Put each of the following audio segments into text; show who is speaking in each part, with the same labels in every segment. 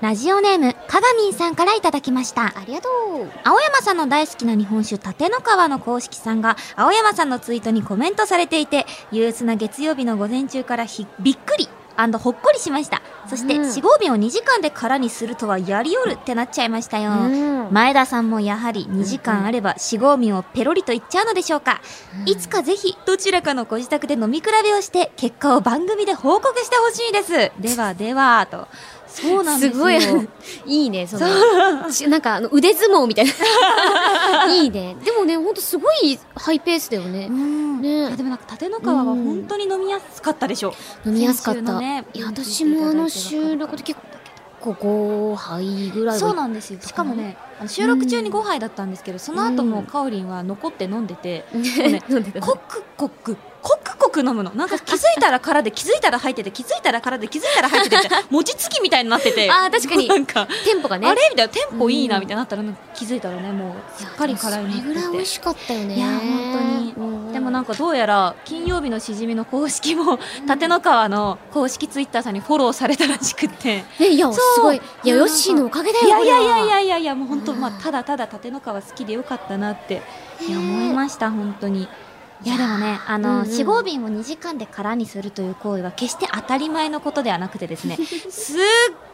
Speaker 1: ラジオネーム、かがみんさんからいただきました。
Speaker 2: ありがとう。
Speaker 1: 青山さんの大好きな日本酒、立の川の公式さんが、青山さんのツイートにコメントされていて、憂鬱な月曜日の午前中からひびっくり。ほっこりしましたそして
Speaker 2: うん
Speaker 1: 四合瓶を2時間で空にするとはやりよるってなっちゃいましたよ、
Speaker 2: うん。
Speaker 1: 前田さんもやはり2時間あれば四合瓶をペロリといっちゃうのでしょうか、いつかぜひどちらかのご自宅で飲み比べをして結果を番組で報告してほしいですではではとそうなんですすよ
Speaker 2: ごい、いいね、その、しなんか、あの腕相撲みたいな。 いいね。でもね、ほんとすごいハイペースだよね
Speaker 1: う。ん
Speaker 2: ね
Speaker 1: いやでもなんか立の川は本当に飲みやすかったでしょう、
Speaker 2: 飲みやすかっ
Speaker 1: 先週の
Speaker 2: た。
Speaker 1: ね
Speaker 2: いや、私もあの収録で結構5杯ぐらいは
Speaker 1: そうなんですよしかもねあの収録中に5杯だったんですけどその後もかおりんは残って飲んでて、もうね
Speaker 2: 飲んでた
Speaker 1: コクコクコクコク飲むのなんか気づいたら殻で気づいたら入ってて気づいたら殻で気づいたら入っててみ たいな餅つきみたいになってて
Speaker 2: あー確かに
Speaker 1: なんか、
Speaker 2: テンポがね
Speaker 1: あれみたいなテンポいいな
Speaker 2: うん
Speaker 1: みたいになったらなんか気づいたらねもうすっかり辛い
Speaker 2: やでもそれぐらい美味しかったよね
Speaker 1: いや本当に
Speaker 2: に
Speaker 1: でもなん
Speaker 2: か
Speaker 1: かどうやら金曜日のしじみの公式も立の川の公式ツイッターさんにフォローされたらしくって
Speaker 2: ねいや
Speaker 1: そう
Speaker 2: すごいいや
Speaker 1: うん
Speaker 2: ヨッシーのおかげだよ
Speaker 1: いやいやいやい
Speaker 2: や
Speaker 1: やいやいやもう本当
Speaker 2: うん
Speaker 1: まあただただ立の川好きでよかったなっていや
Speaker 2: ね
Speaker 1: 思いました本当にいやでもねあ
Speaker 2: うんう
Speaker 1: の
Speaker 2: ん
Speaker 1: 四合瓶を2時間で空にするという行為は決して当たり前のことではなくてです ねすっ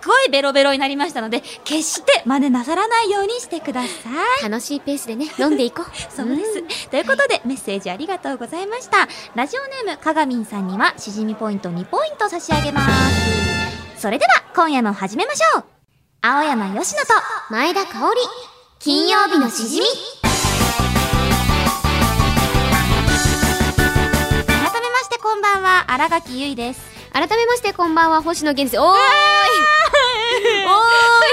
Speaker 1: ごいベロベロになりましたので決して真似なさらないようにしてください
Speaker 2: 楽しいペースでね飲んでいこう
Speaker 1: そうです、ということでメッセージありがとうございましたラジオネームかがみんさんにはしじみポイント2ポイント差し上げますそれでは今夜も始めましょう青山よしのと
Speaker 2: 前田香織金曜日のしじみ
Speaker 1: 改めましてこんばんは新垣結衣です
Speaker 2: 改めましてこんばんは星野源ですおーいおーい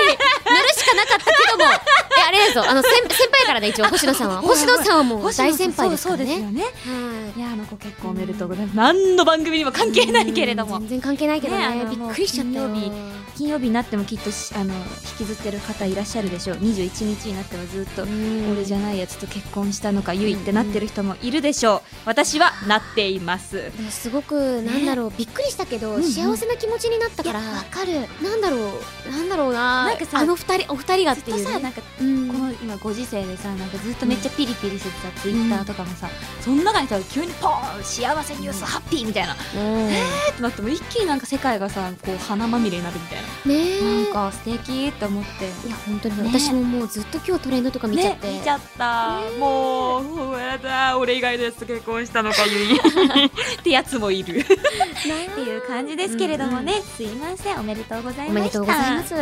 Speaker 2: 塗るしかなかったけどもえあれだぞあの先先輩からね一応星野さんは星野さんはもう大先輩です
Speaker 1: そうそ
Speaker 2: から
Speaker 1: うです
Speaker 2: ね
Speaker 1: よね
Speaker 2: はい
Speaker 1: いやあのご結婚おめでとうございます何の番組にも関係ないけれども
Speaker 2: 全然関係ないけど
Speaker 1: ねあ
Speaker 2: ね
Speaker 1: の
Speaker 2: びっくりしちゃったよ
Speaker 1: もう金曜金曜日になってもきっとしあの引きずってる方いらっしゃるでしょう21日になってもずっと
Speaker 2: うん
Speaker 1: 俺じゃないやつと結婚したのかゆいってなってる人もいるでしょう私はなっています
Speaker 2: でもすごくなんだろう、びっくりしたけど、
Speaker 1: うんうん
Speaker 2: 幸せな気持ちになったから
Speaker 1: かる
Speaker 2: なんだろうなんだろうな
Speaker 1: なんかさ
Speaker 2: あの二人お二人がっ
Speaker 1: ずって
Speaker 2: い
Speaker 1: と
Speaker 2: う、ね、
Speaker 1: さなんか
Speaker 2: うん
Speaker 1: この今ご時世でさなんかずっとめっちゃピリピリしてたツイッターとかもさその中にさ急にポーン幸せニュースハッピーみたいな
Speaker 2: うんね
Speaker 1: えーってなっても一気になんか世界がさこう花まみれになるみたいな
Speaker 2: え
Speaker 1: なんか素敵って思って
Speaker 2: いや本当に、
Speaker 1: ね
Speaker 2: 私ももうずっと今日トレンドとか見ちゃって、
Speaker 1: ね、見ちゃった、もうほやだ俺以外のやつと結婚したの かゆいってやつもいるっていう感じですけれどもね、すいませんおめでとうございました
Speaker 2: おめでとうございます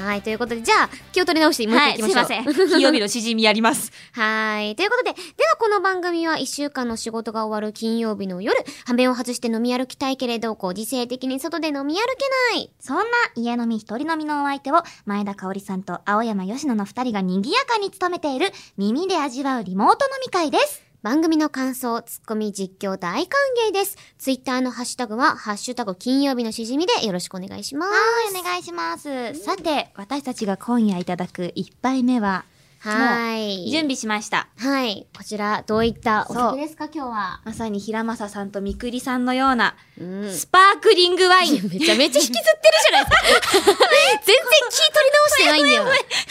Speaker 2: はいということでじゃあ気を取り直してもう一
Speaker 1: は
Speaker 2: 回い
Speaker 1: い、
Speaker 2: き
Speaker 1: す
Speaker 2: ま
Speaker 1: い
Speaker 2: しょう、
Speaker 1: ません。 金曜日のしじみやります。
Speaker 2: はい。ということで、ではこの番組は一週間の仕事が終わる金曜日の夜、羽目を外して飲み歩きたいけれど、ご時世的に外で飲み歩けない。
Speaker 1: そんな家飲み一人飲みのお相手を、前田香織さんと青山吉野の二人が賑やかに務めている、耳で味わうリモート飲み会です。
Speaker 2: 番組の感想、ツッコミ、実況大歓迎です。ツイッターのハッシュタグは、ハッシュタグ金曜日のしじみでよろしくお願いします。
Speaker 1: はい、お願いします。さて、私たちが今夜いただく一杯目は、
Speaker 2: はい。
Speaker 1: 準備しました。
Speaker 2: はい。こちら、どういったお酒ですか、今日は。
Speaker 1: まさに平正さんとみくりさんのような、
Speaker 2: うん。
Speaker 1: スパークリングワ イン。
Speaker 2: めちゃめちゃ引きずってるじゃないですか。全然気取り直してないんだよ。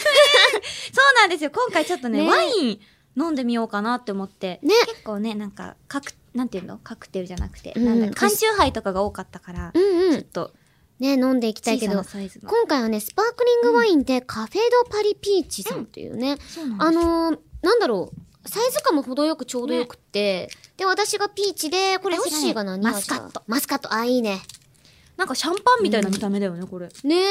Speaker 1: そうなんですよ。今回ちょっとね、
Speaker 2: ね
Speaker 1: ワイン飲んでみようかなって思って。
Speaker 2: ね
Speaker 1: 結構ね、なんか、かく、なんていうのカクテルじゃなくて、
Speaker 2: うん
Speaker 1: なんだ、缶チューハイとかが多かったから、ち
Speaker 2: うんう
Speaker 1: ょっ
Speaker 2: ん。
Speaker 1: と、
Speaker 2: ね、飲んでいきた
Speaker 1: 小
Speaker 2: いけ
Speaker 1: さ
Speaker 2: ど
Speaker 1: な。サイズの。
Speaker 2: 今回はね、スパークリングワインでカフェドパリピーチさんっていうね、
Speaker 1: そうなん
Speaker 2: あのー、なんだろう、サイズ感も程よくちょうどよくって、で、私がピーチで、これヨッ
Speaker 1: 私がね
Speaker 2: シーが何
Speaker 1: マスカッ
Speaker 2: ト。マスカット、あ、いいね。
Speaker 1: なんかシャンパンみたいな見た目だよね、これ。
Speaker 2: ねえ、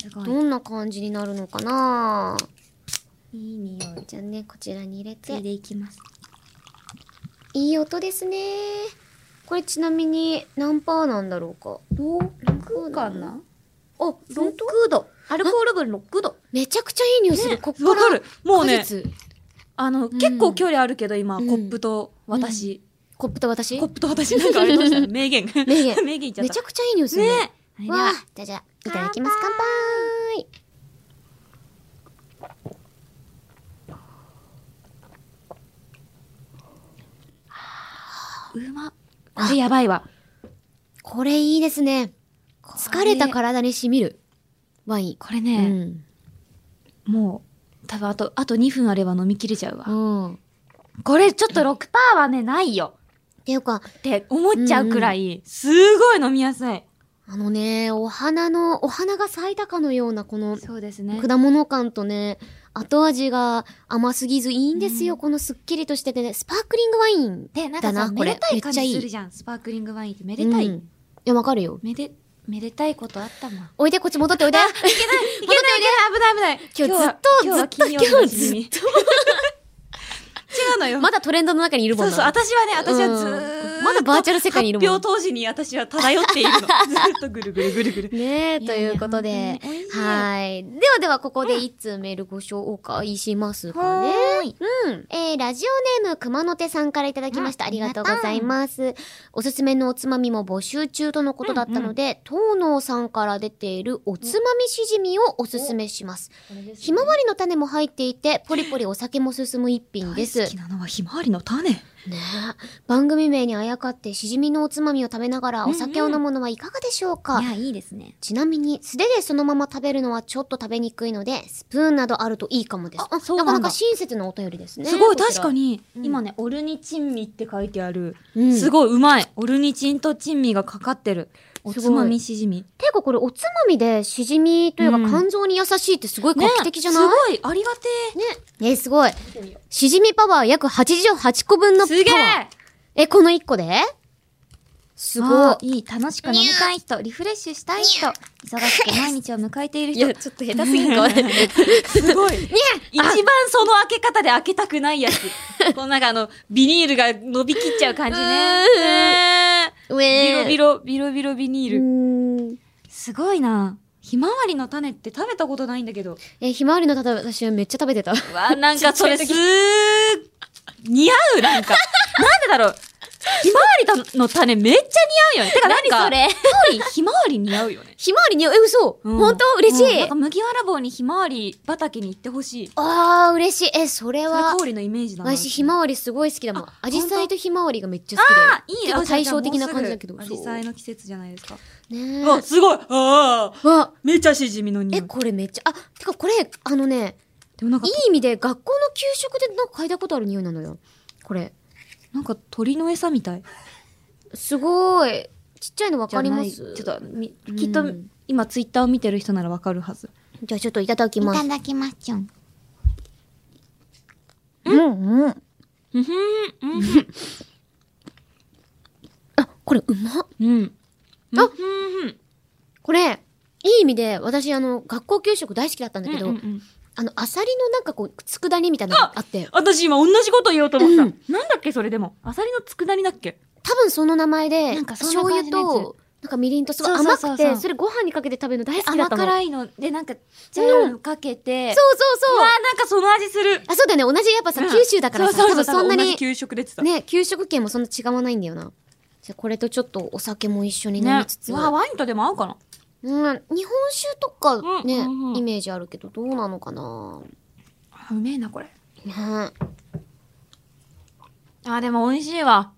Speaker 1: すごい。
Speaker 2: どんな感じになるのかない
Speaker 1: い匂い。
Speaker 2: じゃあね、こちらに入れ
Speaker 1: 次
Speaker 2: て。
Speaker 1: でいきます。
Speaker 2: いい音ですね。これちなみに何パーなんだろうか。
Speaker 1: 6
Speaker 2: かな
Speaker 1: あ、6度。アルコール分6度。
Speaker 2: めちゃくちゃいい匂いす
Speaker 1: ね
Speaker 2: る。こっから。
Speaker 1: わかるもうね
Speaker 2: 果実
Speaker 1: あの、
Speaker 2: ん
Speaker 1: 結構距離あるけど、今、コ
Speaker 2: うん
Speaker 1: ップと私。
Speaker 2: コップと私
Speaker 1: コップと私なんかあれどうしたの名言。名
Speaker 2: 言
Speaker 1: 名言いっちゃっ
Speaker 2: めち
Speaker 1: た。
Speaker 2: ゃくちゃいい匂いするね。
Speaker 1: ねえ。
Speaker 2: わあ、じゃあじゃあ、いただきます。乾杯
Speaker 1: うま。これやばいわ。
Speaker 2: これいいですね。疲れた体にしみる。ワイン。
Speaker 1: これ
Speaker 2: う
Speaker 1: ね、
Speaker 2: ん。
Speaker 1: もう、多分あと、あと2分あれば飲み切れちゃうわ。
Speaker 2: うん。っ
Speaker 1: これちょっと6%はね、ないよ。
Speaker 2: ていうか、
Speaker 1: って思っちゃうくらい、すごい飲みやすい。
Speaker 2: あのね、お花の、お花が咲いたかのような、この
Speaker 1: そうですね
Speaker 2: 果物感とね、後味が甘すぎずいいんですよ。
Speaker 1: うん
Speaker 2: このすっきりとしててね、スパークリングワイン。
Speaker 1: で、なんか
Speaker 2: だ
Speaker 1: さ、
Speaker 2: な
Speaker 1: め
Speaker 2: これ
Speaker 1: でたい感
Speaker 2: めっちゃい
Speaker 1: じ
Speaker 2: い
Speaker 1: するじゃん。スパークリングワインって、めでたい。
Speaker 2: うんいや、わかるよ。
Speaker 1: めで、めでたいことあったもん。い
Speaker 2: おいで、こっち戻っておいで。
Speaker 1: けないいけない危ない危ない。
Speaker 2: 今日ずっと、ずっと、今日ずっ
Speaker 1: と。 違うのよ。
Speaker 2: まだトレンドの中にいるもん
Speaker 1: そう
Speaker 2: な。
Speaker 1: そう、私はね、私はず
Speaker 2: う
Speaker 1: ー
Speaker 2: んまだバーチャル世界にいるもん
Speaker 1: 発表当時に私は漂ってい るの。ずーっとぐるぐるぐるぐる。
Speaker 2: ねえ、
Speaker 1: い
Speaker 2: と
Speaker 1: やい
Speaker 2: い
Speaker 1: や
Speaker 2: うこと
Speaker 1: 本
Speaker 2: で
Speaker 1: 当に美味。しい
Speaker 2: はい。ではでは、ここで一通メールご紹介しますかね。
Speaker 1: い。
Speaker 2: うん。えー、ラジオネーム熊野手さんからいただきました。
Speaker 1: うん
Speaker 2: ありがとうございます。おすすめのおつまみも募集中とのことだったので、東能さんから出ているおつまみしじみをおすすめします。ひまわりの種も入っていて、ポリポリお酒も進む一品です。
Speaker 1: 大好きなのはひまわりの種。
Speaker 2: ねえ番組名にあやかってしじみのおつまみを食べながらお酒を飲むのはいかがでしょうか、
Speaker 1: や、いいですね。
Speaker 2: ちなみに素手でそのまま食べるのはちょっと食べにくいのでスプーンなどあるといいかもです
Speaker 1: あそうな
Speaker 2: なん
Speaker 1: だ
Speaker 2: かなか親切なお便りですね
Speaker 1: すごい、
Speaker 2: こちら
Speaker 1: 確かに、
Speaker 2: うん
Speaker 1: 今ね、オルニチンミって書いてある。
Speaker 2: うん
Speaker 1: すごい、うまい。オルニチンとチンミがかかってる。お
Speaker 2: すご
Speaker 1: つ
Speaker 2: い
Speaker 1: まみしじみ。
Speaker 2: ていうかこれおつまみでしじみというか
Speaker 1: うん
Speaker 2: 肝臓に優しいってすごい画期的じゃない、
Speaker 1: ねすごい、ありがて
Speaker 2: ねえすごいしじみパワー約88個分の
Speaker 1: え。
Speaker 2: パ
Speaker 1: すげ
Speaker 2: ワー
Speaker 1: え
Speaker 2: えこの1個ですごい
Speaker 1: あーいい、楽しく飲みたい人、リフレッシュしたい人、忙しく毎日を迎えている人。
Speaker 2: ちょっと下手すぎんか俺 ね
Speaker 1: すご い。一番その開け方で開けたくないやつ。 このなんかあの、ビニールが伸びきっちゃう感じね。
Speaker 2: うえ
Speaker 1: ビロビ
Speaker 2: ロ
Speaker 1: ロ、ビロビロビニール。
Speaker 2: ん
Speaker 1: すごいな。ひまわりの種って食べたことないんだけど。
Speaker 2: えひまわりのたた私はめっちゃ食べてた
Speaker 1: わあ、なんかそれすー、似合うなんか。なんでだろう。ひまわりの種めっちゃ似合うよね。てかなんか、
Speaker 2: れ
Speaker 1: ひまわり、ひまわり似合うよね。
Speaker 2: ひまわりに、え、嘘、
Speaker 1: うん
Speaker 2: 本当嬉し
Speaker 1: うん
Speaker 2: い、
Speaker 1: なんか麦わら帽にひまわり畑に行ってほしい。
Speaker 2: あー、嬉しい。え、それ
Speaker 1: それ
Speaker 2: は、
Speaker 1: 香りのイメージだな。
Speaker 2: 私、ひまわりすごい好きだもん
Speaker 1: あ。
Speaker 2: アジサイとひまわりがめっちゃ好
Speaker 1: あ
Speaker 2: き
Speaker 1: いい
Speaker 2: で。結構対照的な感じだけど。
Speaker 1: ア
Speaker 2: そ
Speaker 1: ジ
Speaker 2: う
Speaker 1: サイの季節じゃないですか。
Speaker 2: ねえ
Speaker 1: うわ、すごいああ
Speaker 2: わ
Speaker 1: めっちゃしじみの匂
Speaker 2: え、
Speaker 1: い。
Speaker 2: これめっちゃ、あ、てかこれ、あのね、
Speaker 1: でもなんか
Speaker 2: いい、意味で学校の給食でなんか嗅いだことある匂いなのよ。これ。
Speaker 1: なんか鳥の餌みたい。
Speaker 2: すごい。ちっちゃいのわ
Speaker 1: じゃ
Speaker 2: か
Speaker 1: な
Speaker 2: り
Speaker 1: い
Speaker 2: ます
Speaker 1: ちょっと、み
Speaker 2: うん
Speaker 1: きっと、今ツイッターを見てる人ならわかるはず。
Speaker 2: じゃあちょっといただきます。
Speaker 1: だきますちょん。
Speaker 2: うんうん。
Speaker 1: うんふん。
Speaker 2: あ、これうまっ。
Speaker 1: うん。
Speaker 2: あ
Speaker 1: うんふん。
Speaker 2: これ、いい意味で、私、あの、学校給食大好きだったんだけど、
Speaker 1: うんうんうん
Speaker 2: あの、アサリのなんかこう、佃煮みたいなのがあって、
Speaker 1: 私今同じこと言おうと思った。
Speaker 2: うん
Speaker 1: なんだっけそれでも。アサリの佃煮だっけ
Speaker 2: 多分その名前で、
Speaker 1: なんかそんな
Speaker 2: 醤
Speaker 1: 感
Speaker 2: 油
Speaker 1: じのやつ
Speaker 2: と、なんかみりんとすごい
Speaker 1: そうそ
Speaker 2: 甘
Speaker 1: うそうそう
Speaker 2: くて、それご飯にかけて食べるの大好きだっ
Speaker 1: 甘
Speaker 2: たの。い。
Speaker 1: 辛いので、なんか、ジャムかけて。
Speaker 2: そうそう
Speaker 1: うわ
Speaker 2: そう。
Speaker 1: なんかその味する。
Speaker 2: あ、そうだよね。同じ、やっぱさ、
Speaker 1: うん
Speaker 2: 九州だからさ、
Speaker 1: そう
Speaker 2: 多
Speaker 1: そう
Speaker 2: 分
Speaker 1: そう
Speaker 2: そんな
Speaker 1: 同じ
Speaker 2: に、
Speaker 1: 給食でってた。
Speaker 2: ね、給食券もそんな違わないんだよな。じゃあこれとちょっとお酒も一緒に飲み
Speaker 1: ね
Speaker 2: つ。つ。
Speaker 1: うわ、ワインとでも合うかな。
Speaker 2: うん、日本酒とかね、
Speaker 1: うんうんうん
Speaker 2: イメージあるけど、どうなのかな
Speaker 1: あうめえな、これ。
Speaker 2: ね
Speaker 1: あ、でも美味しいわ。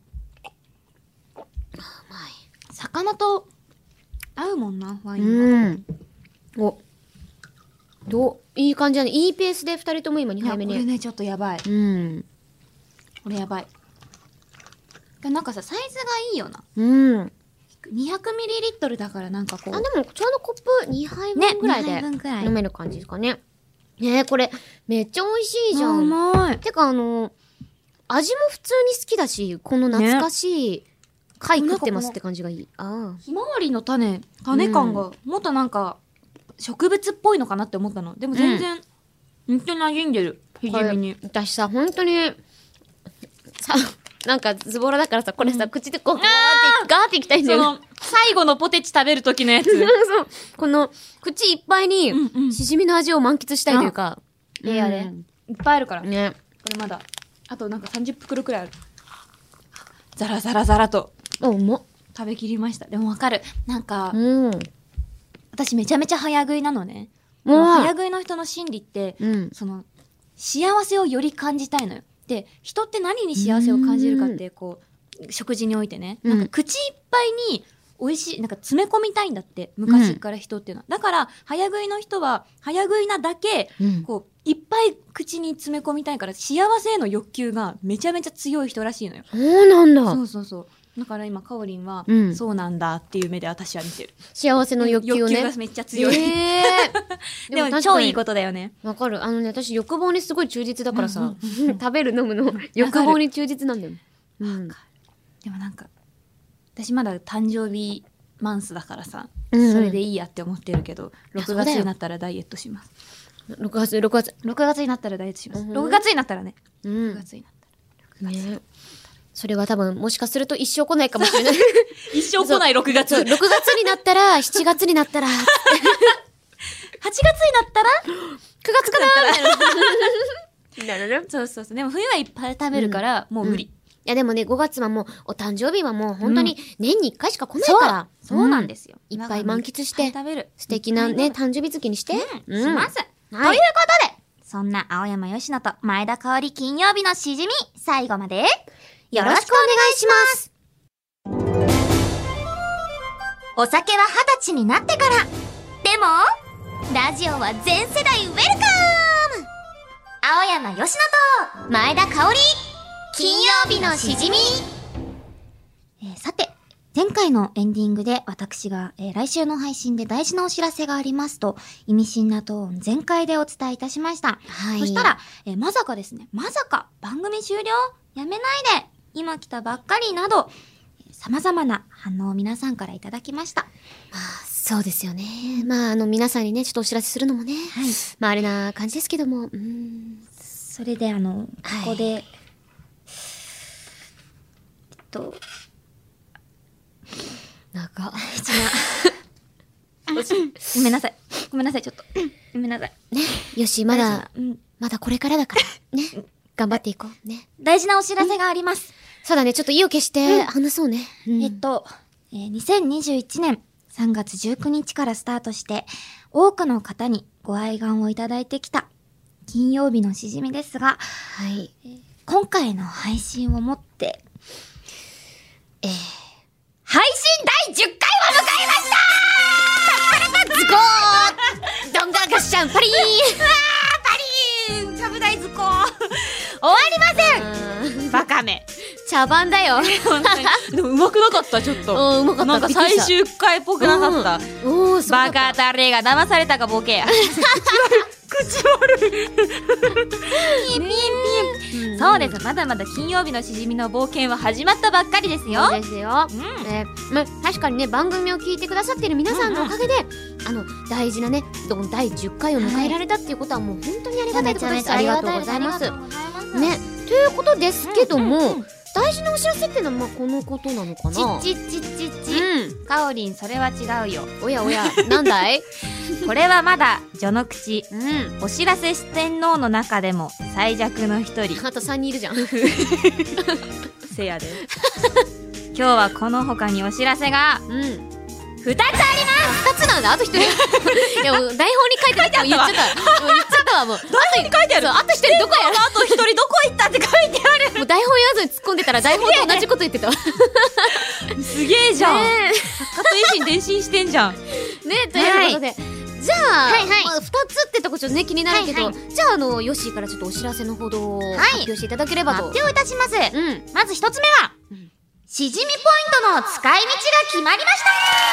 Speaker 2: うまい。
Speaker 1: 魚と合うもんな、ワインは。
Speaker 2: うん。お、どういい感じだね。いいペースで二人とも今2
Speaker 1: いや
Speaker 2: 杯
Speaker 1: こ
Speaker 2: 目
Speaker 1: れ
Speaker 2: ね。
Speaker 1: ね、ちょっとやばい。
Speaker 2: うん。
Speaker 1: これやばい。でもなんかさ、サイズがいいよな。
Speaker 2: うん。
Speaker 1: 200ミリリットルだからなんかこ
Speaker 2: あ、
Speaker 1: う。
Speaker 2: でもちょうどコップ2杯
Speaker 1: ね、
Speaker 2: 分ぐらい
Speaker 1: 2
Speaker 2: で
Speaker 1: 杯分ぐらい。
Speaker 2: 飲める感じですかね。ねえ、これめっちゃ美味しいじゃ。
Speaker 1: あうんまい。
Speaker 2: てかあの、味も普通に好きだし、この懐かしい貝食ってますって感じがいい。ああ。
Speaker 1: ひまわりの種、種感が、もっとなんか、植物っぽいのかなって思ったの。でも全然、本当に馴染んでる。ひ
Speaker 2: こ
Speaker 1: じ
Speaker 2: れ
Speaker 1: みに。
Speaker 2: 私さ、本当に、さ、なんかズボラだからさ、これさ、口でこう、ガーって、ガーっていきたいんだ
Speaker 1: そ
Speaker 2: よね。
Speaker 1: の、最後のポテチ食べる時の やつ。
Speaker 2: そうこの、口いっぱいに
Speaker 1: うんう、ん
Speaker 2: しじみの味を満喫したいというか。
Speaker 1: レイヤーで
Speaker 2: うん
Speaker 1: いっぱいあるから。こ
Speaker 2: ね。
Speaker 1: れまだ。あとなんか30袋くらいある。ザラザラザラと
Speaker 2: あ、うまっ。
Speaker 1: 食べきりました。でもわかる。なんか、
Speaker 2: うん。
Speaker 1: 私めちゃめちゃ早食いなのね。
Speaker 2: うわ
Speaker 1: 早食いの人の心理って、
Speaker 2: うん。
Speaker 1: その、幸せをより感じたいのよ。で、人って何に幸せを感じるかって、こう、食事においてね。
Speaker 2: うん
Speaker 1: なんか口いっぱいに美味しい、なんか詰め込みたいんだって、昔から人っていうのは。だから、早食いの人は、早食いなだけ、
Speaker 2: うん
Speaker 1: こう、いっぱい口に詰め込みたいから、幸せへの欲求がめちゃめちゃ強い人らしいのよ。
Speaker 2: そうなん
Speaker 1: そ
Speaker 2: だ。
Speaker 1: うそうそう。だから今、かおりんは、
Speaker 2: うん
Speaker 1: そうなんだっていう目で私は見てる。
Speaker 2: 幸せの欲求をね。
Speaker 1: がめっちゃ強い。
Speaker 2: えー
Speaker 1: でも、
Speaker 2: 確
Speaker 1: 超
Speaker 2: かに
Speaker 1: いいことだよね。
Speaker 2: わかる。あのね、私欲望にすごい忠実だからさ、
Speaker 1: うん
Speaker 2: 食べる飲むの欲望に忠実なんだよ。うん
Speaker 1: でもなんか、私まだ誕生日マンスだからさ、
Speaker 2: うん
Speaker 1: それでいいやって思ってるけど、
Speaker 2: やそ
Speaker 1: 6
Speaker 2: うだ
Speaker 1: 月
Speaker 2: よ
Speaker 1: になったらダイエットします。
Speaker 2: 6月、6月。
Speaker 1: 6月になったらダイエットします。
Speaker 2: うん
Speaker 1: 6月になったらね。
Speaker 2: う
Speaker 1: 6
Speaker 2: ん。
Speaker 1: 月になったら。
Speaker 2: ねそれは多分、もしかすると一生来ないかもし れない。
Speaker 1: 一生来ない6月。
Speaker 2: そう、
Speaker 1: 8
Speaker 2: 6
Speaker 1: 月にな
Speaker 2: 月になったら、7月になったら、9
Speaker 1: ったら
Speaker 2: 月かなみたいな。なる
Speaker 1: そうそうそう。でも冬はいっぱい食べるから、もう無理。
Speaker 2: いやでもね、5月はもう、お誕生日はもう本当に年に1回しか来ない
Speaker 1: そう
Speaker 2: から。。
Speaker 1: そうなんですすよ。
Speaker 2: いっぱ
Speaker 1: だ
Speaker 2: い
Speaker 1: から
Speaker 2: 満喫して
Speaker 1: いっぱい食べる。
Speaker 2: 素敵ないね、
Speaker 1: っぱい
Speaker 2: 誕生日月にして。
Speaker 1: 食べる。うん、します。と
Speaker 2: はい
Speaker 1: いうことで、そんな青山よしと前田香織金曜日のしじみ、最後まで、
Speaker 2: よろしくお願いします。
Speaker 1: お酒は二十歳になってから。でも、ラジオは全世代ウェルカム青山よしと前田香織金曜日のしじみ、えーさて、前回のエンディングで私が、えー来週の配信で大事なお知らせがありますと、意味深なトーン全開でお伝えいたしました。
Speaker 2: はい。
Speaker 1: そしたら、、えーまさかですね、まさか番組終了やめないで今来たばっかりなど、えー様々な反応を皆さんからいただきました。
Speaker 2: まあ、そうですよね。まあ、あの、皆さんにね、ちょっとお知らせするのもね、
Speaker 1: はい。
Speaker 2: まあ、あれな感じですけども、うーん。
Speaker 1: それであの、
Speaker 2: はい
Speaker 1: ここで、えっと、
Speaker 2: なんか、
Speaker 1: ごめんなさい。ごめんなさい、ちょっと。 ごめんなさい。
Speaker 2: ね、よし、ま
Speaker 1: 大事
Speaker 2: だ
Speaker 1: な、うん
Speaker 2: まだこれからだから、 ね、頑張っていこう、ね。
Speaker 1: 大事なお知らせがあります。
Speaker 2: そうだね、ちょっと意を決して話そうね。うん
Speaker 1: えっと、えー2021年3月19日からスタートして、多くの方にご愛願をいただいてきた、金曜日のしじみですが、
Speaker 2: はい。
Speaker 1: 今回の配信をもって、
Speaker 2: えー、
Speaker 1: 配信第10回を迎えました
Speaker 2: ズコードンガーガッシャンパリ
Speaker 1: パリーンちゃぶ台図工 終わりません
Speaker 2: ーン
Speaker 1: バカめ
Speaker 2: 茶番 だよ。
Speaker 1: でもうまくなかったちょっと
Speaker 2: おうまかった。
Speaker 1: なんか最終回っぽくなかった、
Speaker 2: た。おー、すごか
Speaker 1: バ
Speaker 2: った
Speaker 1: カ誰が騙されたかボケや口悪いピンピンピンそうですまだまだ金曜日のしじみの冒険は始まったばっかりですよ
Speaker 2: そうですよ。
Speaker 1: うん
Speaker 2: えーまあ、確かにね番組を聞いてくださっている皆さんのおかげで、あの大事なねどん第10回を迎えられたっていうことはもう本当にありがたいことです、ありがとうございます。ね、ということですけども、大事なお知らせっていうのはまあこのことなのかな
Speaker 1: ちっちっちっちっち
Speaker 2: う
Speaker 1: かおりんそれは違うよ
Speaker 2: ん、おやおやなんだい、
Speaker 1: これはまだ序の口
Speaker 2: うん、
Speaker 1: お知らせ四天王の中でも最弱の一人
Speaker 2: あと3人いるじゃん
Speaker 1: せやで今日はこの他にお知らせが
Speaker 2: うん、2
Speaker 1: 2つありま
Speaker 2: つなんだあと1人 いやもう台本に書いてあったもう言っちゃったもう言っちゃったわもう
Speaker 1: 台本に書いてある
Speaker 2: そうあと1人 どこや
Speaker 1: あと一人どこ行ったって書いて
Speaker 2: もう台本言わずに突っ込んでたら台本と同じこと言ってたわね
Speaker 1: あるすげえじゃん、作家と維新伝心してんじゃん
Speaker 2: ということで、じゃあ、
Speaker 1: はいはい
Speaker 2: まあ、2つってとこちょっとね気になるけど、
Speaker 1: はい
Speaker 2: じゃああのヨッシーからちょっとお知らせのほどを発表していただければと、
Speaker 1: いたします
Speaker 2: うん
Speaker 1: まず一つ目は
Speaker 2: うん
Speaker 1: しじみポイントの使い道が決まりま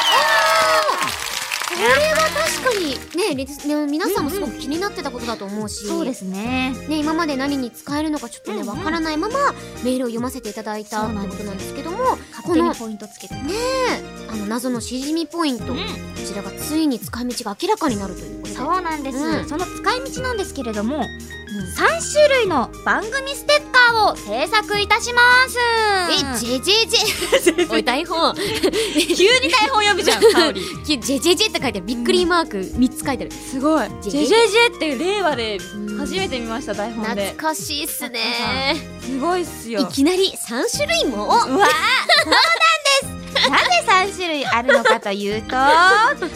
Speaker 1: した
Speaker 2: これは確かにねリスね皆さんもすごく気になってたことだと思うし、
Speaker 1: そうですね
Speaker 2: ね、今まで何に使えるのかちょっとね
Speaker 1: うんうん
Speaker 2: わからないままメールを読ませていただいた
Speaker 1: そうな
Speaker 2: っ
Speaker 1: ん
Speaker 2: て
Speaker 1: です
Speaker 2: こと
Speaker 1: よ
Speaker 2: なんですけども
Speaker 1: 勝
Speaker 2: こ
Speaker 1: 手に
Speaker 2: の
Speaker 1: ポイントつけて
Speaker 2: ねあの謎のしじみポイント、こちらがついに使い道が明らかになるということで
Speaker 1: そうなんです、
Speaker 2: うん
Speaker 1: その使い道なんですけれども、3種類の番組ステッカーを制作いたします
Speaker 2: えジェジェジ ェおい台本
Speaker 1: 急に台本読むじゃん
Speaker 2: 香織ジェジェジェって書いてあるびっくりマーク3つ書いてある、
Speaker 1: すごい
Speaker 2: ジェ
Speaker 1: JJJ って令和で
Speaker 2: うん
Speaker 1: 初めて見ました台本
Speaker 2: 懐
Speaker 1: で
Speaker 2: かしいっすね
Speaker 1: すごいっすよ
Speaker 2: いきなり3種類も
Speaker 1: うわーそうなんです
Speaker 3: 3種類あるのかという となんで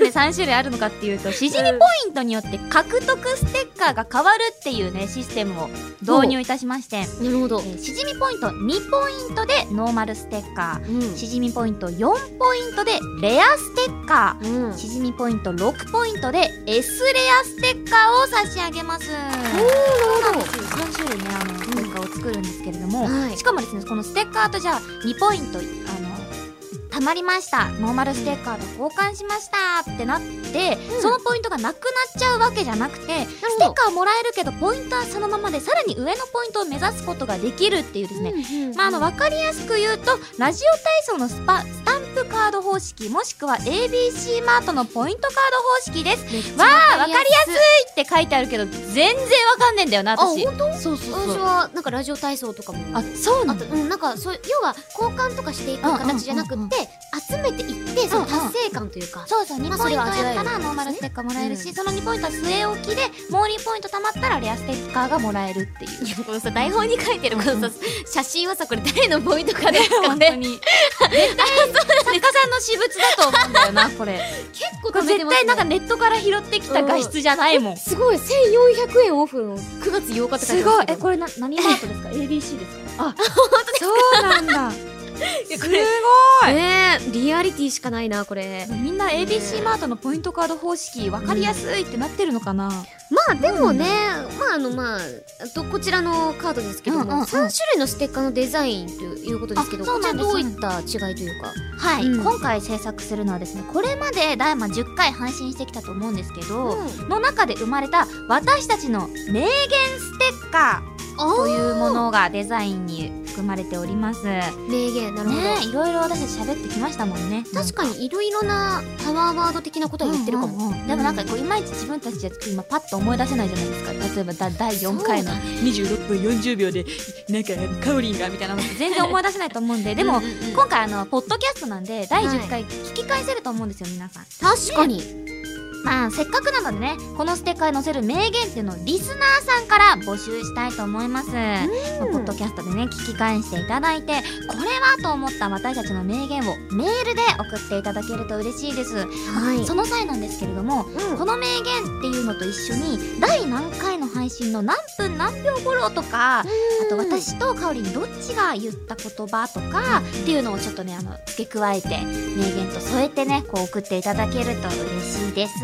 Speaker 3: ね3種類あるのかっていうとしじみポイントによって獲得ステッカーが変わるっていうねシステムを導入いたしまして、
Speaker 2: なるほど
Speaker 3: え。ーしじみポイント2ポイントでノーマルステッカ
Speaker 2: うん。
Speaker 3: ーしじみポイント4ポイントでレアステッカー
Speaker 2: うん。
Speaker 3: しじみポイント6ポイントで S レアステッカーを差し上げます。そうなんですよ3種類ねあのステッカーを作るんですけれども、
Speaker 2: はい
Speaker 3: しかもですねこのステッカーとじゃあ2ポイントあのたまりましたノーマルステッカーと交換しましたってなって、
Speaker 2: うん
Speaker 3: そのポイントがなくなっちゃうわけじゃなくて、ス
Speaker 2: ほど
Speaker 3: テッカーもらえるけどポイントはそのままでさらに上のポイントを目指すことができるっていうですね、
Speaker 2: ね
Speaker 3: まあ、あの、分かりやすく言うとラジオ体操のスパスタンプカード方式もしくは ABC マートのポイントカード方式ですわあ分かりやすいって書いてあるけど全然わかんねえんだよな
Speaker 2: あ、
Speaker 3: 私
Speaker 2: 本当
Speaker 3: そうそう
Speaker 2: 私
Speaker 3: そう
Speaker 2: は、なんかラジオ体操とかも。
Speaker 3: あそうな
Speaker 2: あ
Speaker 3: んだ
Speaker 2: と、うん、なんか、そう、要は、交換とかしていく形じゃなく
Speaker 3: うんうん
Speaker 2: て、集めていって、その
Speaker 3: うんうん
Speaker 2: 達成感というか。
Speaker 3: そうそう2
Speaker 2: まあ
Speaker 3: ポイ
Speaker 2: それ
Speaker 3: ント
Speaker 2: は味わえる
Speaker 3: やったらノーマルステッカーもらえるし、その2ポイントは据え置きでもう2ポイント貯まったらレアステッカーがもらえるっていう。
Speaker 2: や、このさ、台本に書いてるこ
Speaker 3: うんう
Speaker 2: の
Speaker 3: ん
Speaker 2: さ、写真はさ、これ誰のポイントかです か
Speaker 3: 本当
Speaker 2: ね。
Speaker 3: に作家さんの私物だと思うんだよなこれ
Speaker 2: 結構
Speaker 3: これ
Speaker 2: 貯めて
Speaker 3: 絶
Speaker 2: ます
Speaker 3: 対
Speaker 2: ね
Speaker 3: なんかネットから拾ってきた画質じゃないもん
Speaker 2: すごい、1400円オフの9月8日って書い
Speaker 3: す
Speaker 2: てます
Speaker 3: ごい
Speaker 2: けど。
Speaker 3: えこれな何マートです か ABC ですかあそうなんだ
Speaker 2: や
Speaker 3: す
Speaker 2: こ
Speaker 3: ごい
Speaker 2: れねえ、リアリティしかないな、これ。
Speaker 3: みんな ABC マートのポイントカード方式分かりやすいってなってるのかな、
Speaker 2: まあでもね、まああのまあどこちらのカードですけども、
Speaker 3: うんうんうん
Speaker 2: 3種類のステッカーのデザインということですけど
Speaker 3: あそ
Speaker 2: こ
Speaker 3: う
Speaker 2: ち
Speaker 3: な
Speaker 2: ら
Speaker 3: んです
Speaker 2: どういった違いというか
Speaker 3: はい、
Speaker 2: うん
Speaker 3: 今回制作するのはですねこれまで大魔10回配信してきたと思うんですけど、の中で生まれた私たちの名言ステッカーと
Speaker 2: あ
Speaker 3: いうものがデザインに含まれておりますね
Speaker 2: ー名言なるほど、
Speaker 3: えいろいろ私たち喋ってきましたもんね
Speaker 2: 確かにいろいろなパワーワード的なことは言ってるかも、
Speaker 3: うんうんうんでもなんかこういまいち自分たちじゃ今パッと思い出せないじゃないですか例えばだ第4回の
Speaker 2: そう
Speaker 3: 26分40秒でなんかカオリンがみたいなのって全然思い出せないと思うんでで
Speaker 2: でも、
Speaker 3: も今回あのポッドキャストなんで第10回聞き返せると思うんですよ皆さん、
Speaker 2: 確かに、
Speaker 3: まあせっかくなのでねこのステッカーに載せる名言っていうのをリスナーさんから募集したいと思います、まあポッドキャストでね聞き返していただいてこれはと思った私たちの名言をメールで送っていただけると嬉しいです、
Speaker 2: はい
Speaker 3: その際なんですけれども
Speaker 2: うん
Speaker 3: この名言っていうのと一緒に第何回の配信の何分何秒頃とかあと私とかおりんどっちが言った言葉とかっていうのをちょっと ねあの付け加えて名言と添えてねこう送っていただけると嬉しいです。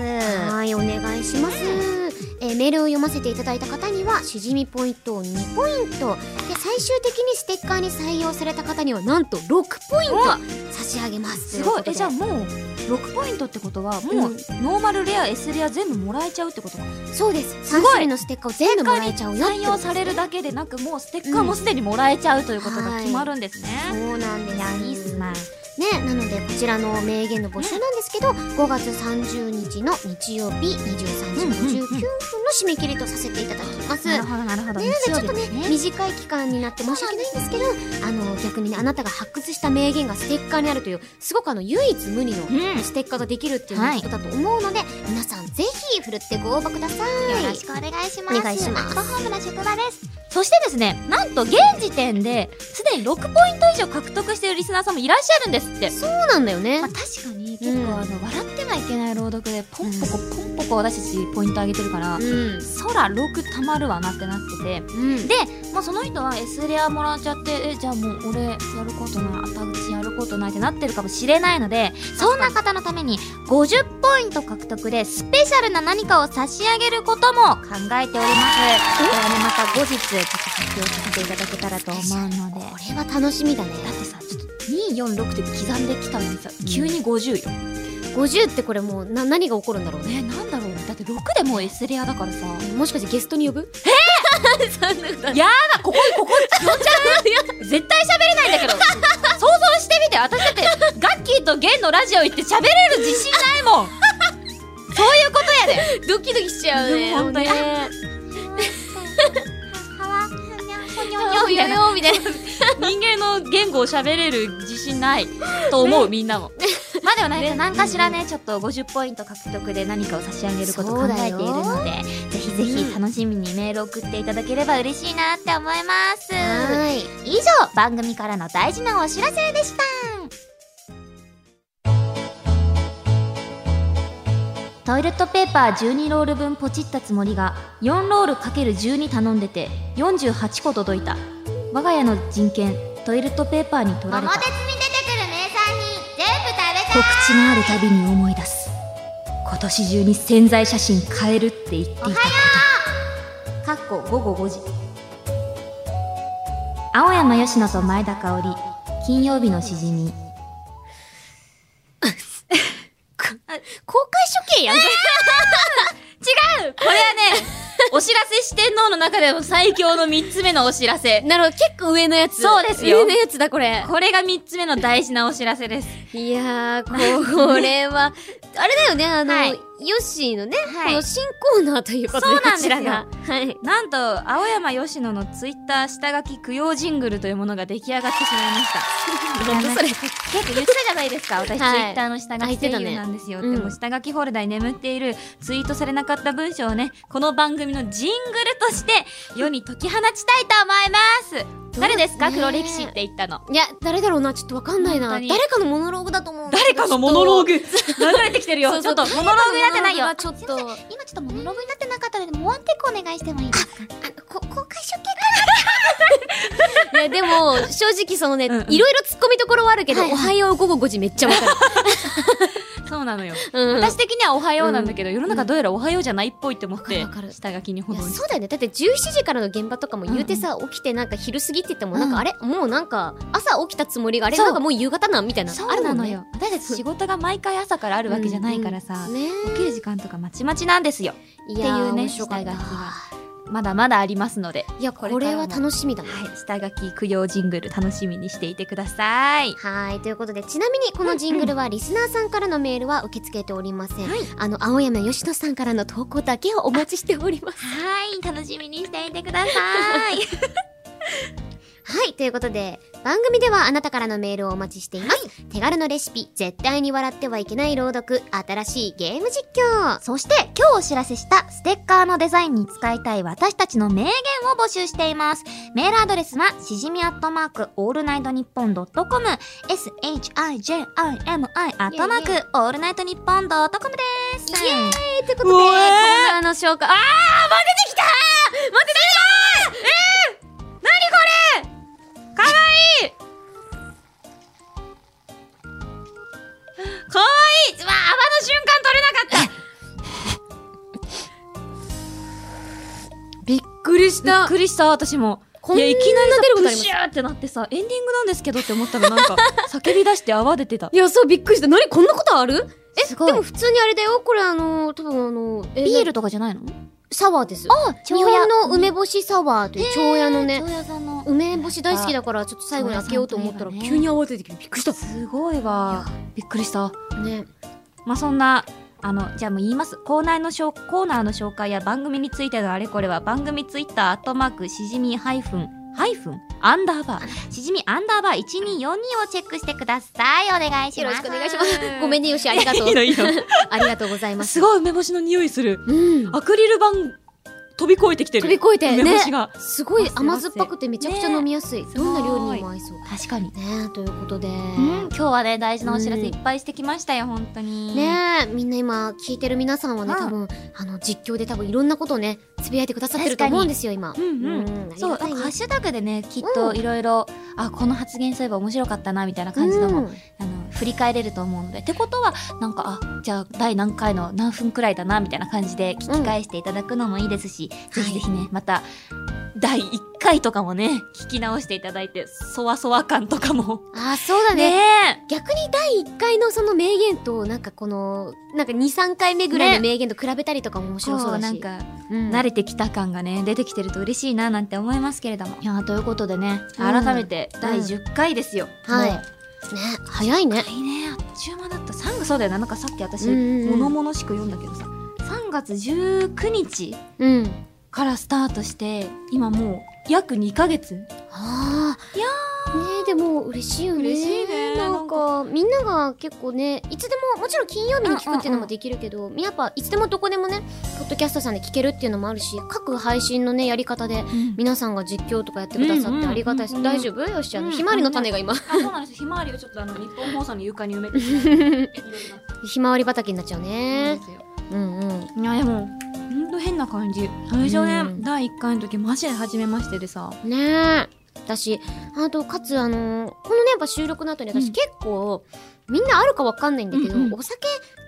Speaker 2: はいお願いします、えーメールを読ませていただいた方にはしじみポイントを2ポイントで最終的にステッカーに採用された方にはなんと6ポイント差し上げます
Speaker 3: すごい
Speaker 2: とうこと
Speaker 3: え
Speaker 2: で
Speaker 3: じゃあもう6ポイントってことはも
Speaker 2: う
Speaker 3: う、
Speaker 2: ん
Speaker 3: ノーマルレア S レア全部もらえちゃうってことか
Speaker 2: そうです
Speaker 3: す
Speaker 2: 3
Speaker 3: ごい
Speaker 2: 種類のステッカーを全部もらえちゃうよって
Speaker 3: 採用されるだけでなくもうステッカーもすでにもらえちゃうということが決まるんですね、
Speaker 2: そうなんです
Speaker 3: いやいいっすな
Speaker 2: ねなのでこちらの名言の募集なんですけど、5月30日の日曜日23時59分の締め切りとさせていただきます、
Speaker 3: なるほどなるほど、
Speaker 2: ねなのでちょっとね
Speaker 3: 日曜日です
Speaker 2: 短い期間になって申し訳ないんですけどあの逆にねあなたが発掘した名言がステッカーにあるというすごくあの唯一無二の
Speaker 3: うん
Speaker 2: ステッカーができるっていうね
Speaker 3: はい
Speaker 2: ことだと思うので、皆さんぜひふるってご応募ください
Speaker 3: よろしくお願いします。
Speaker 2: お願いします
Speaker 3: アットホームな職場です。そしてですね、なんと現時点で、すでに6ポイント以上獲得しているリスナーさんもいらっしゃるんですって。
Speaker 2: そうなんだよね、
Speaker 3: まあ、確かに、
Speaker 2: うん
Speaker 3: 結構あの、笑ってはいけない朗読で、ポンポコポンポコ私たちポイント上げてるから
Speaker 2: う、ん
Speaker 3: そら6たまるわなってなって
Speaker 2: うん
Speaker 3: て。で、まあ、その人は S レアもらっちゃって、え、じゃあもう俺やることない、あたうちやることないってなってるかもしれないので、そんな方のために50ポイント獲得でスペシャルな何かを差し上げることも考えております。これはね、また後日ちょっと発表させていただけたらと思うの
Speaker 2: こ
Speaker 3: で。
Speaker 2: れは楽しみだね
Speaker 3: だってさ、ちょっと246って刻んできたのにさ、急に50よ。
Speaker 2: 50ってこれもうな何が起こるんだろうね
Speaker 3: ね、なんだろうね。だって6でもう S レアだからさ。
Speaker 2: もしかしてゲストに呼ぶえそんなことない
Speaker 3: やだ、ここ、ここ、呼んじゃう絶対喋れない んだけど。想像してみて、私だって、ガッキーとゲンのラジオ行って喋れる自信ないもん。 そういうことやで。
Speaker 2: ドキドキしちゃうね
Speaker 3: うん本当に
Speaker 2: ね
Speaker 3: みたいな
Speaker 2: みたいな
Speaker 3: 人間の言語を喋れる自信ないと思う、みんなも。まあでもね、何かしらね、ちょっと50ポイント獲得で何かを差し上げることを考えているので、 ぜひぜひ楽しみにメール送っていただければ嬉しいなって思います。
Speaker 2: はい
Speaker 3: 以上、番組からの大事なお知らせでした。
Speaker 1: トイレットペーパー12ロール分ポチったつもりが4ロール ×12 頼んでて48個届いた我が家の人権トイレットペーパーに取られ
Speaker 3: 桃
Speaker 1: た
Speaker 3: 鉄
Speaker 1: 告
Speaker 3: に出てくる名産品全部食べたい
Speaker 1: 知があるたびに思い出す今年中に潜在写真変えるって言っていたことかっこ午後5時青山佳乃と前田香織金曜日のしじみ
Speaker 2: 公開処刑 やん。
Speaker 1: 違うこれはねお知らせ四天王の中でも最強の3つ目のお知らせ
Speaker 2: なるほど、結構上のやつ。
Speaker 1: そうですよ
Speaker 2: 上のやつだ、これ。
Speaker 1: これが3つ目の大事なお知らせです
Speaker 2: いやー、これは、 あれだよね、あの、
Speaker 1: はい
Speaker 2: ヨッシーのね、
Speaker 1: はい
Speaker 2: この新コーナーということで、
Speaker 1: そうなんで
Speaker 2: こ
Speaker 1: す
Speaker 2: ち
Speaker 1: よ
Speaker 2: らが。はい。
Speaker 1: なんと青山佳乃のツイッター下書き供養ジングルというものが出来上がってしまいました
Speaker 2: なんだそれ。
Speaker 1: 結構言ってたじゃないですか私ツイ
Speaker 2: はい
Speaker 1: ッターの下書き声
Speaker 2: あ言ってた
Speaker 1: 優
Speaker 2: ね
Speaker 1: なんですよ、
Speaker 2: うん
Speaker 1: でも下書きフォルダに眠っているツイートされなかった文章をねこの番組のジングルとして世に解き放ちたいと思います
Speaker 2: どう
Speaker 1: 誰ですか
Speaker 2: ね
Speaker 1: 黒歴史って言ったの
Speaker 2: いや、誰だろうな、ちょっとわかんないな。
Speaker 1: 本当に
Speaker 2: 誰かのモノローグだと思うんだ
Speaker 1: 誰
Speaker 2: けど。
Speaker 1: かのモノロー
Speaker 2: グ
Speaker 1: グ流れてきてるよ
Speaker 2: そうそう
Speaker 1: ちょっとモノローグになってないよ
Speaker 2: ちょっと、あ
Speaker 3: 今ちょっとモノログになってなかったのでもうワンテイクお願いしてもいいですか
Speaker 2: こ公開処刑かな いや、でも、正直そのね、い
Speaker 1: うん
Speaker 2: ろ
Speaker 1: うん
Speaker 2: いろ突っ込みどころはあるけど、
Speaker 3: はい
Speaker 2: おはよう午後5時めっちゃわ かる。
Speaker 1: そうなのよ
Speaker 2: うん。
Speaker 1: 私的には「おはよう」なんだけど、世の中どうやら「おはよう」じゃないっぽいって思って
Speaker 2: わかるわかる
Speaker 1: 下書きにほ
Speaker 2: いや
Speaker 1: どに
Speaker 2: そうだよねだって17時からの現場とかも言うてさ、起きてなんか昼過ぎって言ってもなんか、
Speaker 1: うん
Speaker 2: あれもうなんか朝起きたつもりがあれ
Speaker 1: そう
Speaker 2: なんかもう夕方なんみたいな
Speaker 1: そうなのよ、
Speaker 2: あるもんね
Speaker 1: 私たち仕事が毎回朝からあるわけじゃないからさ、
Speaker 2: うんね
Speaker 1: 起きる時間とかまちまちなんですよ
Speaker 2: い
Speaker 1: っていうね
Speaker 2: 面白かった
Speaker 1: 下書きまだまだありますので、
Speaker 2: いや
Speaker 1: こ
Speaker 2: こ
Speaker 1: れからも
Speaker 2: れは楽しみだね
Speaker 1: はい、下書き供養ジングル楽しみにしていてください
Speaker 2: はいということでちなみにこのジングルはリスナーさんからのメールは受け付けておりません、
Speaker 1: はい
Speaker 2: あの青山佳乃さんからの投稿だけをお待ちしております
Speaker 1: はい楽しみにしていてくださ い
Speaker 2: はいということで番組ではあなたからのメールをお待ちしています、手軽のレシピ絶対に笑ってはいけない朗読新しいゲーム実況
Speaker 1: そして今日お知らせしたステッカーのデザインに使いたい私たちの名言を募集していますメールアドレスはしじみアットマークオールナイトニッポンドットコム SHIJIMI アットマークオールナイトニッポンドットコムです
Speaker 2: イエーイということ
Speaker 1: うえ
Speaker 2: で、コ
Speaker 1: ー
Speaker 2: ーナーの紹介。あ
Speaker 1: かわいいわあ泡の瞬間取れなかった
Speaker 2: びっくりし
Speaker 1: びっ。くりした私も
Speaker 2: こんないい
Speaker 1: や
Speaker 2: き
Speaker 1: い
Speaker 2: な
Speaker 1: きなりさ
Speaker 2: 出る
Speaker 1: プ
Speaker 2: ことあります
Speaker 1: シューってなってさエンディングなんですけどって思ったらなんか叫び出して泡出てた
Speaker 2: いや、そう、びっくりした。何こんなことあるえ、
Speaker 1: すごい
Speaker 2: でも普通にあれだよ。これあの、多分あの、え
Speaker 1: ビー
Speaker 2: な
Speaker 1: ルとかじゃないの
Speaker 2: サワーです。
Speaker 1: あ
Speaker 2: 日本の梅干しサワーという、蝶屋のね、
Speaker 1: 屋さんの
Speaker 2: 梅干し大好きだから、ちょっと最後に開けようと思ったら、
Speaker 1: 蝶屋さんといえばね
Speaker 2: 急に慌ててきて、びっくりし
Speaker 1: すごいわびっくりした
Speaker 2: た。ね。
Speaker 1: まあそんなあのじゃあもう言いますコーナーの紹コーナーの紹介や番組についてのあれこれは番組ツイッターアットマークしじみハイフンハイフンアンダーバーしじみアンダーバー1242をチェックしてくださいお願いし
Speaker 2: よ
Speaker 1: ま
Speaker 2: ろ
Speaker 1: す
Speaker 2: しくお願いします。ご めん
Speaker 1: ね
Speaker 2: ね、よし、あり がとう。
Speaker 1: いいの
Speaker 2: ありがとうございます。
Speaker 1: すごい梅干しの匂いする
Speaker 2: うん。
Speaker 1: アクリル板飛び越えてきてる
Speaker 2: 飛び越えて、
Speaker 1: 梅
Speaker 2: ね
Speaker 1: 干しが。
Speaker 2: すごい甘酸っぱくてめちゃくちゃ飲みやすい。
Speaker 1: ね
Speaker 2: どんな料理にも合いそう。
Speaker 1: 確かに
Speaker 2: ねということで。
Speaker 1: 今日はね大事なお知らせ
Speaker 2: うん
Speaker 1: いっぱいしてきましたよ本当に
Speaker 2: ねえみんな今聞いてる皆さんはね
Speaker 1: うん
Speaker 2: 多分あの実況で多分いろんなことをねつぶやいてくださってると
Speaker 1: 確かに
Speaker 2: 思うんですよ今。
Speaker 1: うんうん
Speaker 2: ん
Speaker 1: そうなんかハッシュタグでねきっといろいろあこの発言そういえば面白かったなみたいな感じのも、
Speaker 2: うん
Speaker 1: あの振り返れると思うのでってことはなんかあじゃあ第何回の何分くらいだなみたいな感じで聞き返していただくのもいいですし、ぜひぜひね、また第1回とかもね聞き直していただいてそわそわ感とかも
Speaker 2: あそうだね。
Speaker 1: ね
Speaker 2: 逆に第1回のその名言となんかこのなんか23回目ぐらいの名言と比べたりとかも面
Speaker 1: こ
Speaker 2: 白そう
Speaker 1: う
Speaker 2: だし。
Speaker 1: なんか
Speaker 2: うん
Speaker 1: 慣れてきた感がね出てきてると嬉しいななんて思いますけれどもいやーということでね
Speaker 2: うん
Speaker 1: 改めて第10回ですよ、
Speaker 2: はい
Speaker 1: もう
Speaker 2: ね早いね。
Speaker 1: いいねあっちゅう間だった3そうだよななんかさっき私
Speaker 2: うんうんうん
Speaker 1: 物々しく読んだけどさ3月19日
Speaker 2: うん。
Speaker 1: からスタートして今もう約2ヶ月
Speaker 2: ああ。
Speaker 1: いや
Speaker 2: ねえでも嬉しいよね。
Speaker 1: 嬉しいね
Speaker 2: なんかみんなが結構ねいつでももちろん金曜日に聞くっていうのもできるけど、やっぱいつでもどこでもねポッドキャストさんで聞けるっていうのもあるし各配信のねやり方で皆さんが実況とかやってくださ
Speaker 1: うんう
Speaker 2: っ
Speaker 1: ん
Speaker 2: てありがたいです、
Speaker 1: うんうん
Speaker 2: 大丈夫よしちゃん、
Speaker 1: うん
Speaker 2: ひまわりの種 が今
Speaker 1: あそうなんですよひまわりをちょっとあの日本放送の床に埋めて
Speaker 2: ひまわり畑になっちゃうね、うんうん。
Speaker 1: いやでもほんと変な感じ最初ね、
Speaker 2: うん
Speaker 1: 第1回の時マジで初めましてでさ
Speaker 2: ねえ。私、あと、かつ、あのーこのね、やっぱ収録の後に
Speaker 1: う
Speaker 2: 私
Speaker 1: ん
Speaker 2: 結構、みんなあるかわかんないんだけど、
Speaker 1: うんうん
Speaker 2: お酒、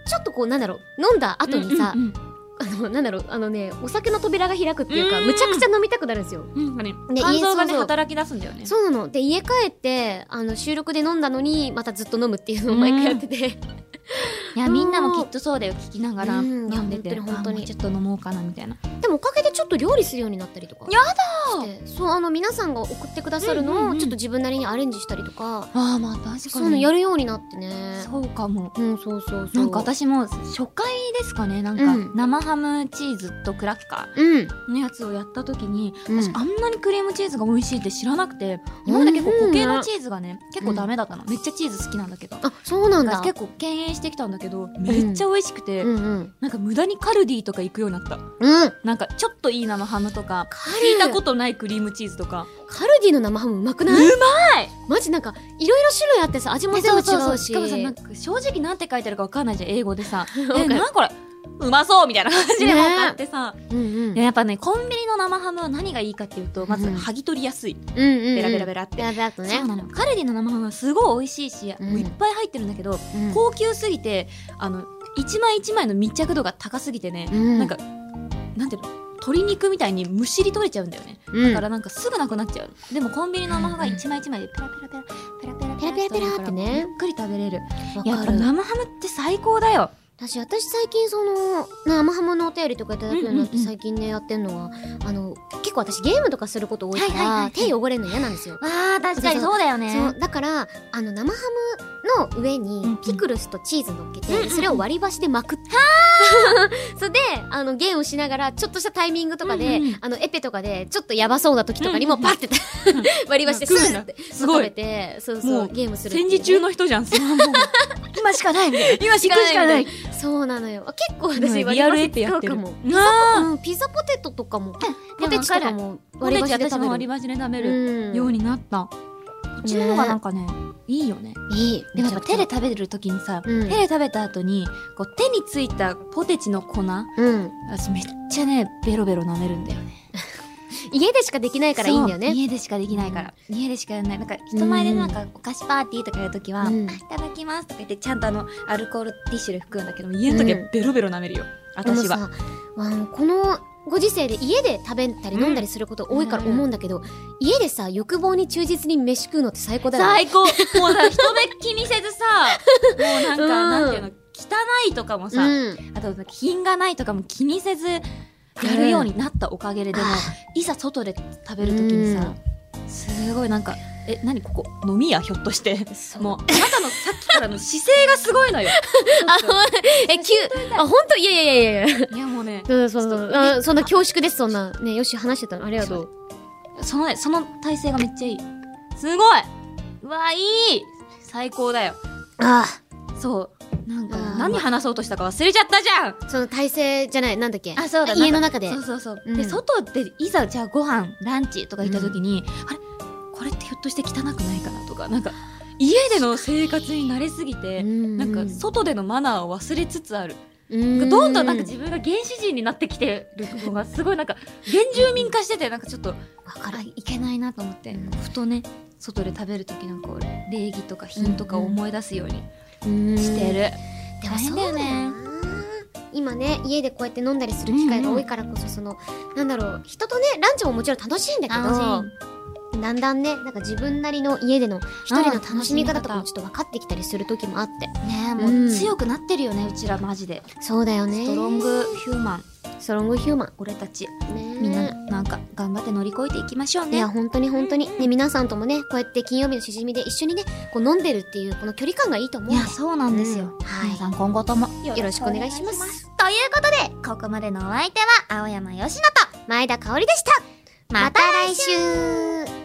Speaker 2: ちょっとこう、なんだろう、飲んだ後にさ、
Speaker 1: うん
Speaker 2: あの、なんだろう、あのね、お酒の扉が開くっていうか、
Speaker 1: うん
Speaker 2: むちゃくちゃ飲みたくなるんですよ。
Speaker 1: うんうん、なんか
Speaker 2: で
Speaker 1: ね肝臓がね
Speaker 2: 家そうそう
Speaker 1: 働き出すんだよね
Speaker 2: そうなの。で、家帰って、あの、収録で飲んだのに、またずっと飲むって いうのを毎回やってて。
Speaker 1: いやみんなもきっとそうだよ聞きながら
Speaker 2: うん
Speaker 1: 飲んでて、
Speaker 2: 本当に本当に
Speaker 1: あもうちょっと飲もうかなみたいな
Speaker 2: でもおかげでちょっと料理するようになったりとか
Speaker 1: やだ
Speaker 2: してそうあの皆さんが送ってくださる
Speaker 1: うんうん
Speaker 2: の
Speaker 1: う
Speaker 2: を
Speaker 1: ん
Speaker 2: ちょっと自分なりにアレンジしたりとか、
Speaker 1: ああまあ確かに
Speaker 2: そういうのやるようになってね
Speaker 1: そうかも
Speaker 2: うんそうそうそ
Speaker 1: な
Speaker 2: う
Speaker 1: んか私も初回ですかねなんか
Speaker 2: うん
Speaker 1: 生ハムチーズとクラッカ
Speaker 2: うん
Speaker 1: ーのやつをやった時に、
Speaker 2: うん
Speaker 1: 私あんなにクリームチーズが美味しいって知らなくて今まで結構固形のチーズがね、結構ダメだったの、めっちゃチーズ好きなんだけど
Speaker 2: あそうなんだ
Speaker 1: 結構敬遠してきたんだけどめっちゃ美味しくて、
Speaker 2: うんうん
Speaker 1: なんか無駄にカルディとか行くようになった
Speaker 2: うん
Speaker 1: なんかちょっといい生ハムとか
Speaker 2: カ
Speaker 1: 聞いた
Speaker 2: ル
Speaker 1: ことないクリームチーズとか
Speaker 2: カルディの生ハムうまくないうまいマジなんかいろいろ種類あってさ味も
Speaker 1: ね
Speaker 2: 全部違うし
Speaker 1: しかもさなんか正直なんて書いてあるかわかんないじゃん英語でさ「
Speaker 2: わか
Speaker 1: え
Speaker 2: る
Speaker 1: なんこれうまそう」みたいな感じで
Speaker 2: ね
Speaker 1: 分かってさ、
Speaker 2: うんうん
Speaker 1: でやっぱねコンビニの生ハムは何がいいかっていうとまず
Speaker 2: うん
Speaker 1: 剥ぎ取りやすい、
Speaker 2: うんうんうん
Speaker 1: ベラベラベラって、
Speaker 2: ベラベラっと
Speaker 1: そう
Speaker 2: ね
Speaker 1: なのよカルディの生ハムはすごい美味しいし、
Speaker 2: うん
Speaker 1: もういっぱい入ってるんだけど、
Speaker 2: うん
Speaker 1: 高級すぎてあの一枚一枚の密着度が高すぎてね、
Speaker 2: うん
Speaker 1: なんかなんていうの鶏肉みたいにむしり取れちゃうんだよね
Speaker 2: うん
Speaker 1: だからなんかすぐなくなっちゃうでもコンビニの生ハムが一枚一枚でペラペラペラペラペラ
Speaker 2: ペラペラペラってね
Speaker 1: ゆっくり食べれる
Speaker 2: わ
Speaker 1: や
Speaker 2: か
Speaker 1: っぱ
Speaker 2: る
Speaker 1: 生ハムって最高だよ
Speaker 2: 私私最近その生ハムのお便りとかいただくようになっ
Speaker 1: う
Speaker 2: て
Speaker 1: んうんうん
Speaker 2: 最近ねやってんのはあの結構私ゲームとかすること多いか
Speaker 1: は
Speaker 2: ら、
Speaker 1: いはいはいはい
Speaker 2: 手汚れるの嫌なんですよ。
Speaker 1: わあ確
Speaker 2: かにそう
Speaker 1: だよ
Speaker 2: そうだからあの生ハムの上に
Speaker 1: うんうん
Speaker 2: ピクルスとチーズ乗っけて、
Speaker 1: うんうん
Speaker 2: それを割り箸で巻くって、 それであのゲームしながらちょっとしたタイミングとかで、
Speaker 1: うんうん
Speaker 2: あのエペとかでちょっとやばそうな時とかにも
Speaker 1: うんうん
Speaker 2: パッて、
Speaker 1: ん
Speaker 2: 割り箸で
Speaker 1: 食うん
Speaker 2: ス
Speaker 1: だ
Speaker 2: ッて
Speaker 1: すごい
Speaker 2: 食べてそうそ
Speaker 1: も
Speaker 2: う
Speaker 1: う
Speaker 2: ゲームするっていう
Speaker 1: 戦
Speaker 2: ね
Speaker 1: 時中の人 じゃんそれはもう今しかないみたいな今し
Speaker 2: 行くしかない
Speaker 1: みた
Speaker 2: そうなのよあ結構
Speaker 1: いな
Speaker 2: 私
Speaker 1: うん
Speaker 2: 割
Speaker 1: リ
Speaker 2: り
Speaker 1: アル
Speaker 2: 箸
Speaker 1: エペ
Speaker 2: 使
Speaker 1: やっ
Speaker 2: う
Speaker 1: て
Speaker 2: か
Speaker 1: る
Speaker 2: も。
Speaker 1: なあ
Speaker 2: うん、ピザポテトとかも
Speaker 1: で
Speaker 2: ポ
Speaker 1: も
Speaker 2: テチとかも
Speaker 1: 割
Speaker 2: 割
Speaker 1: り
Speaker 2: り
Speaker 1: 箸
Speaker 2: 箸
Speaker 1: で
Speaker 2: で
Speaker 1: 私も
Speaker 2: 食べ
Speaker 1: 割り
Speaker 2: る
Speaker 1: 箸で食べる
Speaker 2: うん
Speaker 1: ようになったこっちの方がなんかねいいよね
Speaker 2: いい
Speaker 1: でもやっぱ手で
Speaker 2: めちゃくち
Speaker 1: 食べる時にさ、
Speaker 2: うん
Speaker 1: 手で食べた後にこう手についたポテチの粉
Speaker 2: ゃうん
Speaker 1: 私めっちゃねベロベロ舐めるんだよね
Speaker 2: 家でしかできないからいいんだ
Speaker 1: そ
Speaker 2: よ
Speaker 1: う
Speaker 2: ね
Speaker 1: 家でしかできないから、家でしかやらないなんか人前でなんかお菓子パーティーとかやるときは、
Speaker 2: うん
Speaker 1: あいただきますとか言ってちゃんとあのアルコールティッシュで拭くんだけど家の時はベロベロ舐めるよ、私
Speaker 2: で
Speaker 1: は
Speaker 2: もさあのこのご時世で家で食べたり飲んだりすること多いから思うんだけど、家でさ欲望に忠実に飯食うのって最高だよね
Speaker 1: 最高もうさ人目気にせずさもうなんか、
Speaker 2: うん
Speaker 1: なんていうの汚いとかもさ、
Speaker 2: うん
Speaker 1: あと品がないとかも気にせずやるようになったおかげで、でもいざ外で食べるときにさ、すごいなんかえ何ここ飲み屋ひょっとして
Speaker 2: そう
Speaker 1: もうあなたのさっきからの姿勢がすごい のよ
Speaker 2: あほんえ急あ本当いやいやいやいやいや
Speaker 1: いやもうね
Speaker 2: そうそうそ
Speaker 1: ちょっ
Speaker 2: う
Speaker 1: と
Speaker 2: あそんな恐縮ですそんなねよし話してたのありがとう
Speaker 1: そのねその体勢がめっちゃいいすごいうわいい最高だよ
Speaker 2: あ
Speaker 1: そうなんか
Speaker 2: あー
Speaker 1: 何話そうとしたか忘れちゃったじゃん
Speaker 2: あその体勢じゃないなんだっけ
Speaker 1: あそうだ
Speaker 2: 家の中で
Speaker 1: そうそうそう、
Speaker 2: うん
Speaker 1: で外でいざじゃあご飯ランチとか行った時に、あれこれってひょっとして汚くないかなとかなんか家での生活に慣れすぎて、
Speaker 2: な
Speaker 1: なんか外でのマナーを忘れつつある、
Speaker 2: うん
Speaker 1: どんどんなんか自分が原始人になってきてるのがすごいなんか原住民化しててなんかちょっと
Speaker 2: わかる
Speaker 1: あいけないなと思って、
Speaker 2: うん
Speaker 1: ふとね外で食べる時のこう礼儀とか品とかを思い出すようにしてる、
Speaker 2: でも
Speaker 1: 大変
Speaker 2: そ
Speaker 1: だ
Speaker 2: うだ
Speaker 1: よ
Speaker 2: よ
Speaker 1: ね
Speaker 2: ね今ね家でこうやって飲んだりする機会が多いからこそそのなんだろう人とねランチももちろん楽しいんだけ
Speaker 1: 楽しい
Speaker 2: どだんだんねなんか自分なりの家での一人の楽しみ方とか
Speaker 1: う
Speaker 2: も
Speaker 1: ん
Speaker 2: ちょっと分かってきたりする時もあって
Speaker 1: ねえも
Speaker 2: う
Speaker 1: うん強くなってるよねうちらマジで
Speaker 2: そうだよね
Speaker 1: ストロングヒューマン
Speaker 2: ストロングヒューマン
Speaker 1: 俺たち
Speaker 2: ね
Speaker 1: みんななんか頑張って乗り越えていきましょう
Speaker 2: い
Speaker 1: ね
Speaker 2: や本当に本当にね皆さんともねこうやって金曜日のしじみで一緒にねこう飲んでるっていうこの距離感がいいと思うん
Speaker 1: い
Speaker 2: で
Speaker 1: やそうなんですよ、
Speaker 2: うんはい
Speaker 1: 皆さん今後とも
Speaker 2: よろしくお願いします
Speaker 3: ということで、ここまでのお相手は、青山よしのと、
Speaker 2: 前田香織でした
Speaker 3: また来週
Speaker 2: 週